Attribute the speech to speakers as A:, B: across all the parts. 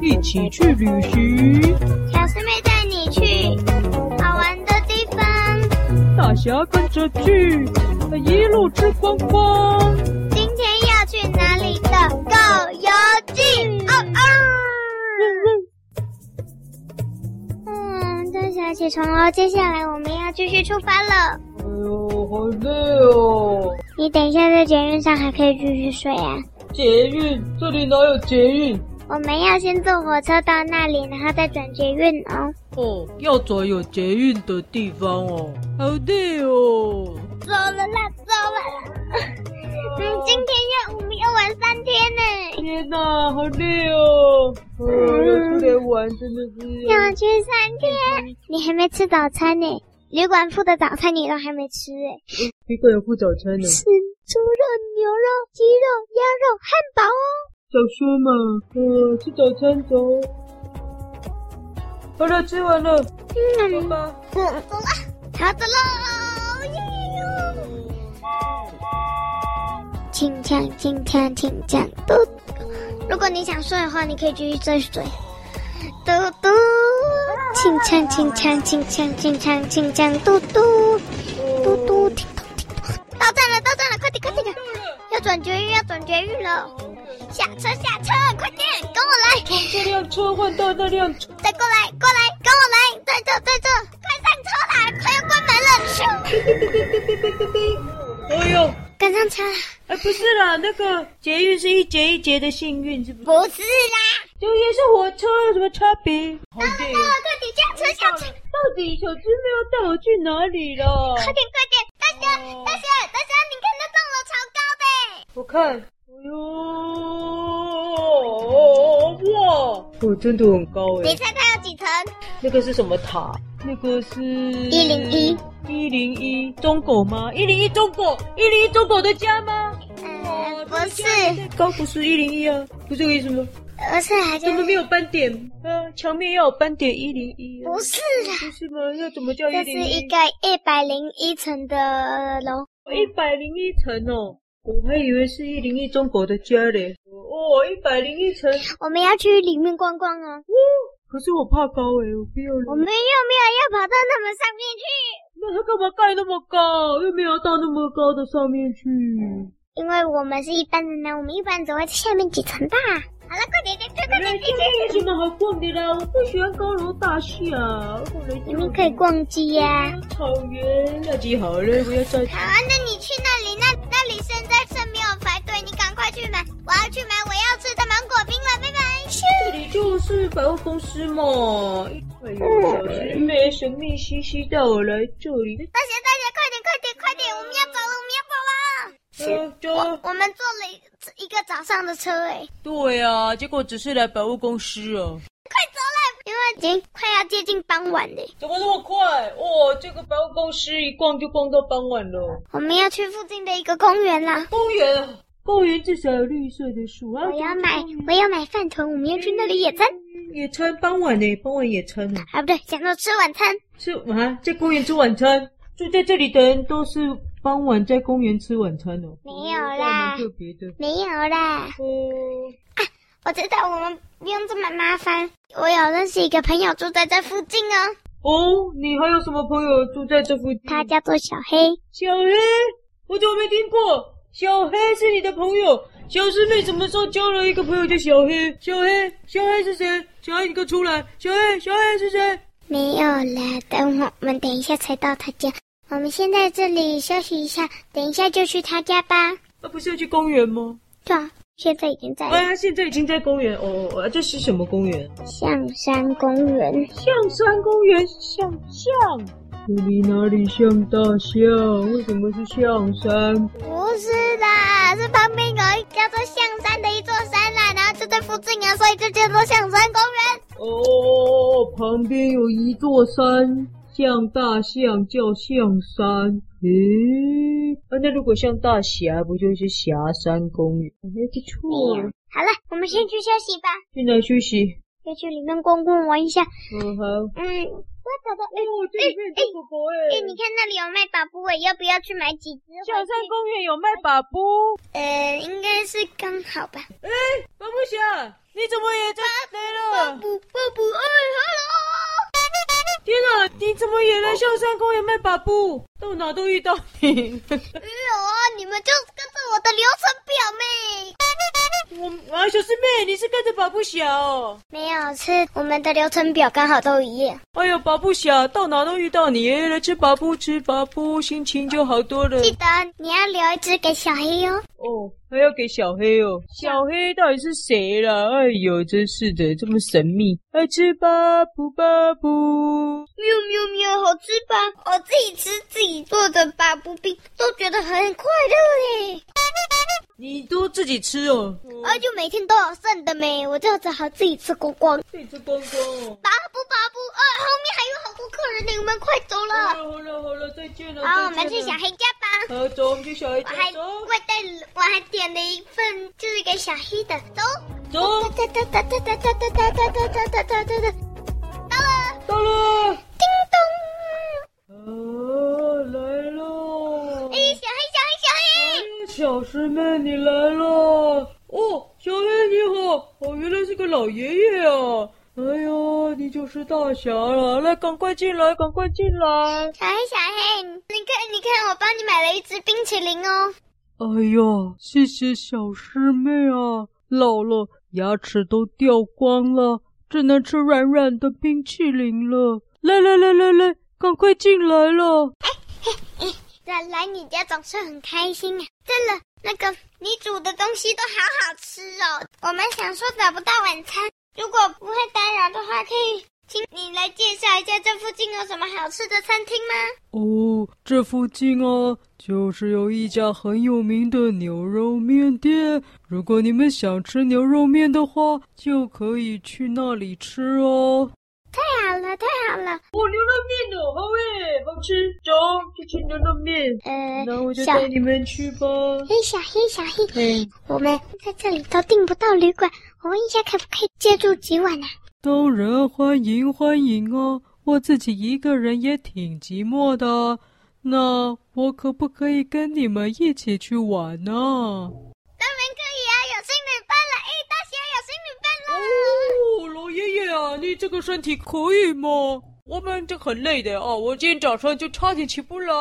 A: 一起去旅行。
B: 小师妹带你去好玩的地方，
A: 大侠跟着去，一路吃光光。
B: 今天要去哪里的《狗游记》哦哦。 嗯，大侠起床喽，接下来我们要继续出发了。
A: 哎呦，好累哦！
B: 你等一下在捷运上还可以继续睡啊。
A: 捷运，这里哪有捷运？
B: 我们要先坐火车到那里，然后再转捷运哦。
A: 哦，要找有捷运的地方哦。好累哦！
B: 走了啦，走了啦。 嗯，今天要我们要玩三天呢，
A: 天哪，好累哦！嗯，要出来玩真的是
B: 要去三天。你还没吃早餐呢，旅馆付的早餐你都还没吃哎。
A: 一个人付早餐呢。
B: 是猪肉、牛肉、鸡肉、鸭肉、汉堡哦。
A: 早说嘛，嗯，吃早餐走。好了，吃完了，走
B: 嗯，
A: 吧。
B: 走走了，好的喽，耶哟！请讲，请讲，请讲，嘟嘟。如果你想睡的话，你可以继续再睡。嘟嘟，请讲，请讲，请讲，请讲，请讲，嘟嘟，嘟嘟，叮咚叮咚，到站了，到站了，快点，快点，快点要转绝育，要转绝育了！下车，下车，快点，跟我来！
A: 这辆车换到那辆车，
B: 再过来，过来，跟我来，在这，在这，快上车啦，快要关门了，咻，
A: 哎呦，
B: 赶上车啦，
A: 哎，不是啦，那个捷运是一节一节的幸运，是不是？
B: 不是啦，
A: 这也是火车，有什么差别？好累
B: 到了，快点下车，下车，
A: 到底小师妹要带我去哪里了？
B: 快点，快点，大侠，大侠，大侠，你看那栋楼超高的，
A: 我看，哎呦，哇，哦，真的很高哎
B: 你。猜它有几层？
A: 那个是什么塔？那个是一
B: 101，
A: 一零一中狗吗？一零一中狗，一零一中狗的家吗？
B: 嗯，不是，
A: 最高不是一零一啊，不是这个意思吗？
B: 不是，还
A: 怎么
B: 是
A: 没有斑点？啊，墙面要有斑点一零一，啊
B: 不是啦，
A: 不是吗？要怎么叫一
B: 这是
A: 零
B: 一
A: 一？
B: 个一百零一层的楼。
A: 哦一百零一层哦，我还以为是一零一中狗的家嘞。哦，一百零一层，
B: 我们要去里面逛逛哦。
A: 可是我怕高诶，我不要
B: 我
A: 了。
B: 们又没有要跑到那么上面去。
A: 那他干嘛盖那么高？又没有到那么高的上面去。
B: 因为我们是一般人呢，我们一般只会在下面几层吧。好了，快点，快点，快
A: 哎
B: 点，
A: 这边有什么好逛的啦？我不喜欢高楼大厦，后来
B: 你们可以逛街啊呀、
A: 草原，那就好了，不要再
B: 好啊，那你去那里，那那里现在是没有排队，你赶快去买。我要去买我要吃的芒果冰了，拜拜。
A: 这里就是百货公司嘛。哎呦，小师妹神秘兮兮带我来这里，
B: 大姐，大姐，快点，快点，快点，我们要走了，我们要走了。
A: 呃这
B: 我们坐了一一个早上的车、哎，
A: 对啊，结果只是来百货公司哦。
B: 快走了，因为已经快要接近傍晚了。
A: 怎么这么快？哦，这个百货公司一逛就逛到傍晚了。
B: 我们要去附近的一个公园啦。
A: 公园，公园至少有绿色的树啊
B: 我。要买，我要买饭团，我们要去那里野餐。
A: 野餐傍晚呢，傍晚野餐呢。
B: 啊，不对，想到吃晚餐。
A: 吃啊，在公园吃晚餐。住在这里的人都是傍晚在公园吃晚餐哦。
B: 没有啦嗯
A: 哦这还蛮特别的。
B: 没有啦，
A: 哦，
B: 我知道我们不用这么麻烦。我有认识一个朋友住在这附近哦，
A: 哦，你还有什么朋友住在这附近？
B: 他叫做小黑。
A: 小黑，我怎么没听过？小黑是你的朋友？小师妹什么时候交了一个朋友叫小黑？小黑，小黑是谁？小黑，你给我出来！小黑，小黑是谁？
B: 没有啦，等我们等一下才到他家。我们先在这里休息一下，等一下就去他家吧。
A: 啊，不是要去公园吗？
B: 对啊，现在已经在
A: 哎，他现在已经在公园哦。哦，这是什么公园？
B: 象山公园。
A: 象山公园象象，这里哪里像大象？为什么是象山？
B: 不是啦，是旁边有一叫做象山的一座山啦，然后就在附近啊，所以就叫做象山公园。
A: 哦，旁边有一座山，像大象叫象山。诶、啊，那如果像大峡，不就是峡山公园？没记错
B: 没有，好了，我们先去休息吧，
A: 进来休息。
B: 先去里面逛逛玩一下。
A: 嗯，好。
B: 嗯，对找到，哎
A: 哦，这里面有狗狗哎
B: 哎，你看那里有卖宝布哎，要不要去买几只？
A: 小山公园有卖把布，
B: 呃，应该是刚好吧。
A: 巴布侠，你怎么也在这里
B: 宝
A: 了？
B: 布，宝布，哎，hello！
A: 天哪，你怎么也
B: 哦
A: 来象山公园卖把布？到哪都遇到你。
B: 没有啊，你们就是跟着我的流程表妹。
A: 我啊，小师妹，你是跟着把布侠哦。
B: 没有，是我们的流程表刚好都一样。
A: 哎呦，把布侠，到哪都遇到你，哎来吃把布，吃把布，心情就好多了。
B: 记得你要留一只给小黑哦。
A: 哦，还要给小黑哦。小黑到底是谁啦？哎呦，真是的，这么神秘。爱吃吧布吧布。
B: 喵喵喵，好吃吧？我自己吃自己做的巴布冰，都觉得很快乐嘞。
A: 你都自己吃哦，
B: 而且每天都有剩的没，我就只好自己吃光光。
A: 自己吃光光哦。
B: 巴布巴布，呃，后面还有好多客人呢，你们快走
A: 好
B: 了。
A: 了好了好了，再见了。
B: 好，我
A: 再
B: 们
A: 见
B: 去
A: 了
B: 小黑家吧。
A: 好，走，我们去小黑
B: 我还
A: 家。走
B: 我带了我还点了一份，就是给小黑的。走，
A: 走，
B: 哒哒哒哒哒哒哒哒哒哒哒哒哒哒，到了，
A: 到了。
B: 叮咚！
A: 哦，来喽。
B: 哎，小黑，小黑，小黑。
A: 哎小师妹，你来了！哦，小黑你好，哦，原来是个老爷爷啊！哎呦，你就是大侠了，来，赶快进来，赶快进来！
B: 小黑，小黑，你看，你看，我帮你买了一支冰淇淋哦。
A: 哎呀，谢谢小师妹啊，老了牙齿都掉光了，只能吃软软的冰淇淋了。来来来来来，赶快进来了！
B: 来来你家总是很开心啊。真的，那个你煮的东西都好好吃哦。我们想说找不到晚餐，如果不会打扰的话，可以请你来介绍一下这附近有什么好吃的餐厅吗？
A: 哦，这附近哦，就是有一家很有名的牛肉面店。如果你们想吃牛肉面的话，就可以去那里吃哦。
B: 太好了，太好了。
A: 哦，牛肉面哦，好诶，好吃，走去吃牛肉面。那我
B: 呃，
A: 就
B: 小
A: 带你们去吧。
B: 黑，小黑，小黑，
A: 嘿，
B: 我们在这里都订不到旅馆，我问一下可不可以借住几晚啊？
A: 当然欢迎欢迎哦，我自己一个人也挺寂寞的。那我可不可以跟你们一起去玩呢、
B: 当然可以啊，有新女伴了！哎，大侠有新女伴了。
A: 哦，老爷爷啊，你这个身体可以吗？我们这很累的啊，我今天早上就差点起不来。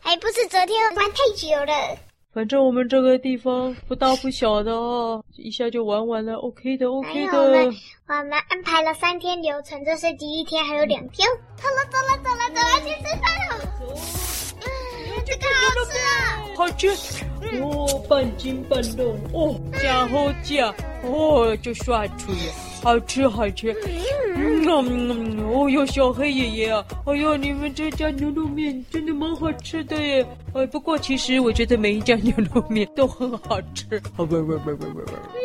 B: 还哎不是昨天玩太久了。
A: 反正我们这个地方不大不小的啊，一下就玩完了，OK 的
B: 还
A: ，OK
B: 有哎我
A: 的
B: 们。我们安排了三天流程，这是第一天，还有两天。哦好了，走了，走了，走了，去吃饭了。嗯这个好吃啊！
A: 好吃，
B: 嗯
A: 哦，半斤半肉，哦，真好吃，哦，就下去了，好吃好吃。嗯，嗯哦哟，小黑爷爷啊，哎呀，你们这家牛肉面真的蛮好吃的耶！哎，不过其实我觉得每一家牛肉面 都很好吃。啊，不不不不不不，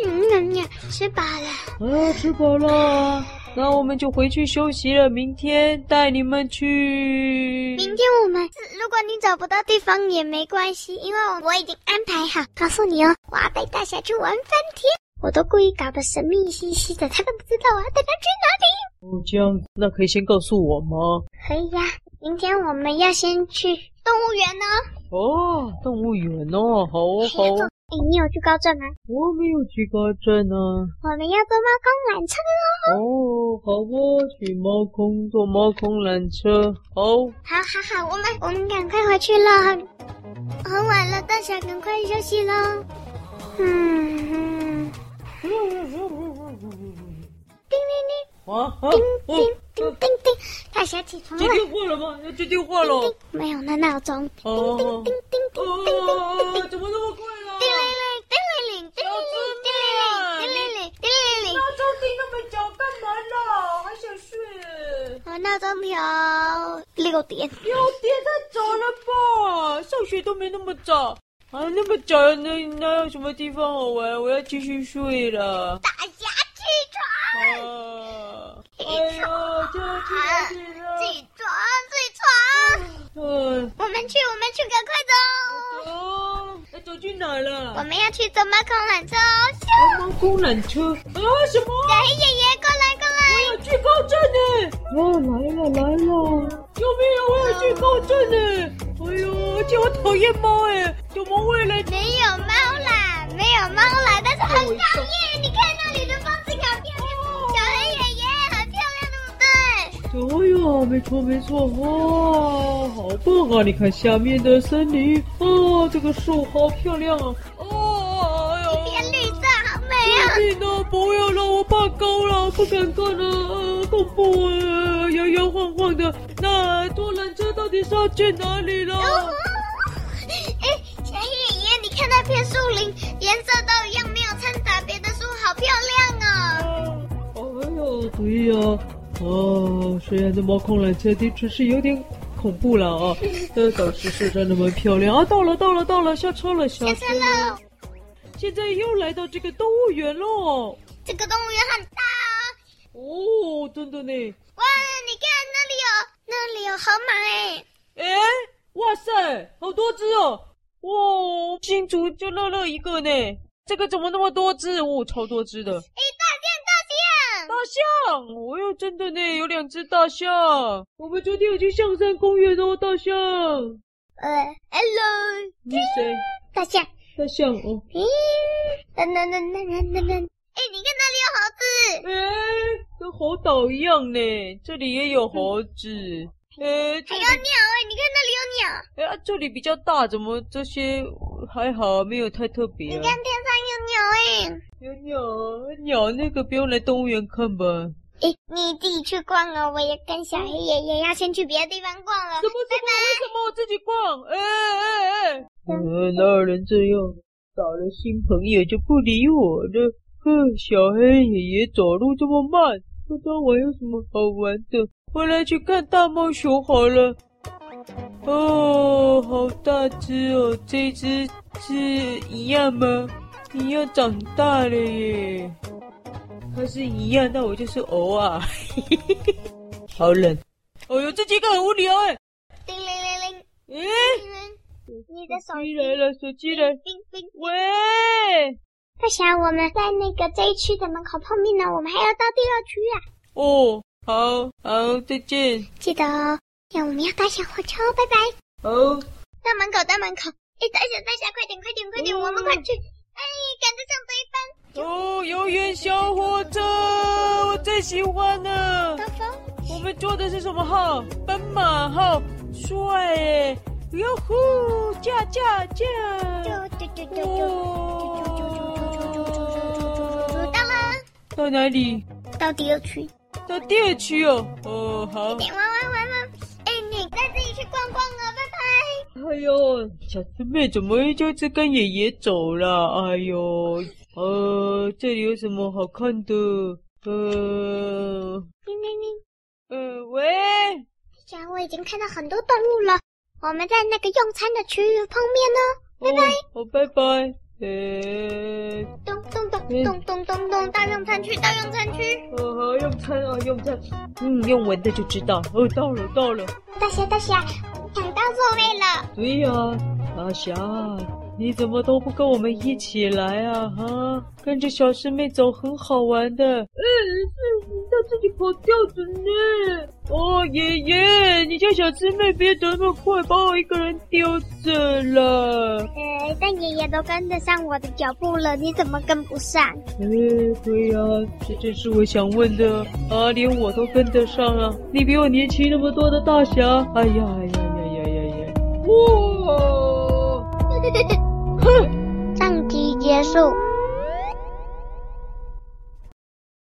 B: 嗯，嗯嗯吃饱了。
A: 啊，吃饱了，那我们就回去休息了。明天带你们去。
B: 明天我们，如果你找不到地方也没关系，因为我已经安排好。告诉你哦，我要带大侠去玩三天。我都故意搞得神秘兮兮的，他们不知道我要带他去哪里。
A: 哦，这样子，那可以先告诉我吗？
B: 可以呀、明天我们要先去动物园呢、
A: 哦，动物园哦，好哦好哦，
B: 哎，你有去高镇吗？
A: 我没有去高镇啊。
B: 我们要坐猫公缆车哦。
A: 哦，好哦，去猫空坐猫空缆车，好。
B: 好好好，我们我们赶快回去了，很晚了，大侠赶快休息喽。嗯，嗯叮叮
A: 啊啊！我
B: 叮叮叮叮，大侠起床
A: 接
B: 了。
A: 电话了吗？要接电话了。
B: 叮，没有了闹钟。
A: 哦
B: 叮叮叮叮叮叮叮叮，
A: 哦，怎么那么快啊了？
B: 叮铃铃，叮铃铃，叮铃铃，叮铃铃，叮铃铃，叮铃铃。
A: 钟定那么早干嘛呢？还想睡？
B: 我闹钟调六点。
A: 有点太早了吧？上学都没那么早，啊，那么早哪哪有什么地方好玩？我要继续睡了。
B: 大侠起
A: 哎
B: 床，
A: 啊！哎呀，就要去哪里了？
B: 起床，起床。
A: 嗯。
B: 我们去，我们去，赶快走！
A: 哦，要走去哪了？
B: 我们要去坐猫空缆车哦！咻！
A: 猫空缆车啊？什么？
B: 小黑爷爷，过来，过来！
A: 我要去高症呢！哇，来了来了！救命啊！我有惧高症呢！哎呦，而且我讨厌猫哎，怎么为了
B: 没有猫啦，没有猫啦，但是很高耶！你看那里的帽子好漂亮，小黑爷爷很漂亮，对不对？
A: 哎呦，没错没错，哇，好棒啊！你看下面的森林，哦，这个树好漂亮啊！哦，哎呦，
B: 变绿色好美啊！
A: 救命啊！不要了，我怕高了，不敢看了，呃，恐怖啊，摇摇晃晃的。那坐缆车到底是要去哪里了？
B: 哎，小黑爷爷，你看那片树林颜色都一样，没有掺杂别的树，好漂亮哦！
A: 哎呦，对呀、哦，虽然这猫空缆车的确是有点恐怖了啊，但倒是是真的蛮漂亮啊。到了，到了，到了，下车了，下
B: 下
A: 车
B: 车喽。
A: 现在又来到这个动物园喽。
B: 这个动物园很大哦。
A: 哦，真的呢。
B: 哇，你看那里有那里有河马哎，
A: 哎，哇塞，好多只哦！哇，新竹就乐乐一个呢，这个怎么那么多只？哦，超多只的
B: 哎，大象大
A: 大象！哦哟，真的呢，有两只大象。我们昨天有去象山公园哦，大象。
B: 象，呃，hello，
A: 你是谁？
B: 大象，
A: 大象哦。
B: 咦，那那那那那那那，哎，你看那里有猴子，
A: 哎，跟猴岛一样呢，这里也有猴子。哎，这
B: 还
A: 里
B: 有鸟哎，你看那里有鸟，
A: 哎、啊这里比较大，怎么这些还好，没有太特别、
B: 你
A: 啊。
B: 看天上有鸟哎，
A: 有鸟啊，鸟那个不用来动物园看吧？
B: 哎，你自己去逛了，我也跟小黑爷爷要先去别的地方逛了
A: 怎，么怎么为什么我自己逛？哎哎哎！呃，哪有人这样？找了新朋友就不理我了。哼，小黑爷爷走路这么慢，不知道玩有什么好玩的。我来去看大猫熊好了。哦，好大只哦！这只是一样吗？一样长大了耶。它是一样，那我就是偶尔。 好冷。哦呦，这几个很无聊哎。
B: 叮铃铃铃
A: 诶、
B: 叮铃，你的手
A: 手机
B: 机
A: 来了，手机来，
B: 叮叮。
A: 喂，
B: 大侠，我们在那个这一区的门口碰面呢，我们还要到第二区啊。
A: 哦，好，好，再见，
B: 记得哦，那我们要搭小火车哦，拜拜。
A: 好，
B: 到门口，到门口。哎，大侠，大侠，快点，快点，快点，
A: 嗯
B: 我们快去。哎，赶得上这
A: 哦，游园小火车，我最喜欢了。
B: 一班。高峰，
A: 我们坐的是什么号？斑马号，帅耶！哟呼，驾驾驾！
B: 啾啾啾啾啾
A: 哦
B: 啾，到了，
A: 到哪里？
B: 到第二区。
A: 到第二区哦。哦，好。
B: 点玩玩玩玩。哎，你再自己去逛逛啊，拜拜。
A: 哎呦，小师妹怎么就是跟爷爷走了？哎呦，呃，这里有什么好看的？呃，
B: 叮叮叮，
A: 呃，喂，
B: 大侠，我已经看到很多动物了。我们在那个用餐的区域碰面
A: 拜拜，哦，拜拜，呃，
B: 哦。咚咚咚咚咚咚咚，到用餐区，到用餐区。
A: 哦，好用餐啊，用餐，嗯，用闻的就知道。哦，到了，到了，
B: 大侠，大侠，抢到座位了。
A: 对呀、大侠，你怎么都不跟我们一起来啊？哈、跟着小师妹走很好玩的。嗯，是他自己跑掉的呢。哦，爷爷，你叫小师妹别走那么快，把我一个人丢着了。
B: 呃，但爷爷都跟得上我的脚步了，你怎么跟不上？
A: 哎，对呀、这正是我想问的啊，连我都跟得上啊！你比我年轻那么多的大侠，哎呀哎呀呀呀呀呀！哇！
B: 上集结束。